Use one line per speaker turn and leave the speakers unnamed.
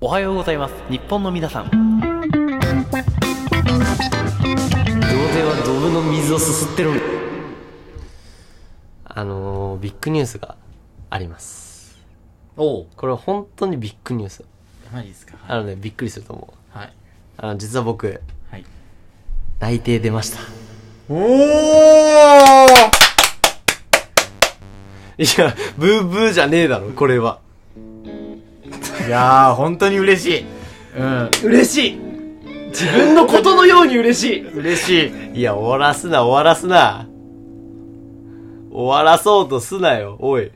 おはようございます日本の皆さん
童貞はドブの水をすすってるあのー、ビッグニュースがあります
おお
これは本当にビッグニュース
マジですか
あのねびっくりすると思う
はい
あの実は僕
はい
内定出ました
おお
いやブーブーじゃねえだろこれはい
やー本当に嬉しいうん
嬉しい自分のことのように嬉しい
嬉しい
いや終わらすな終わらすな終わらそうとすなよおい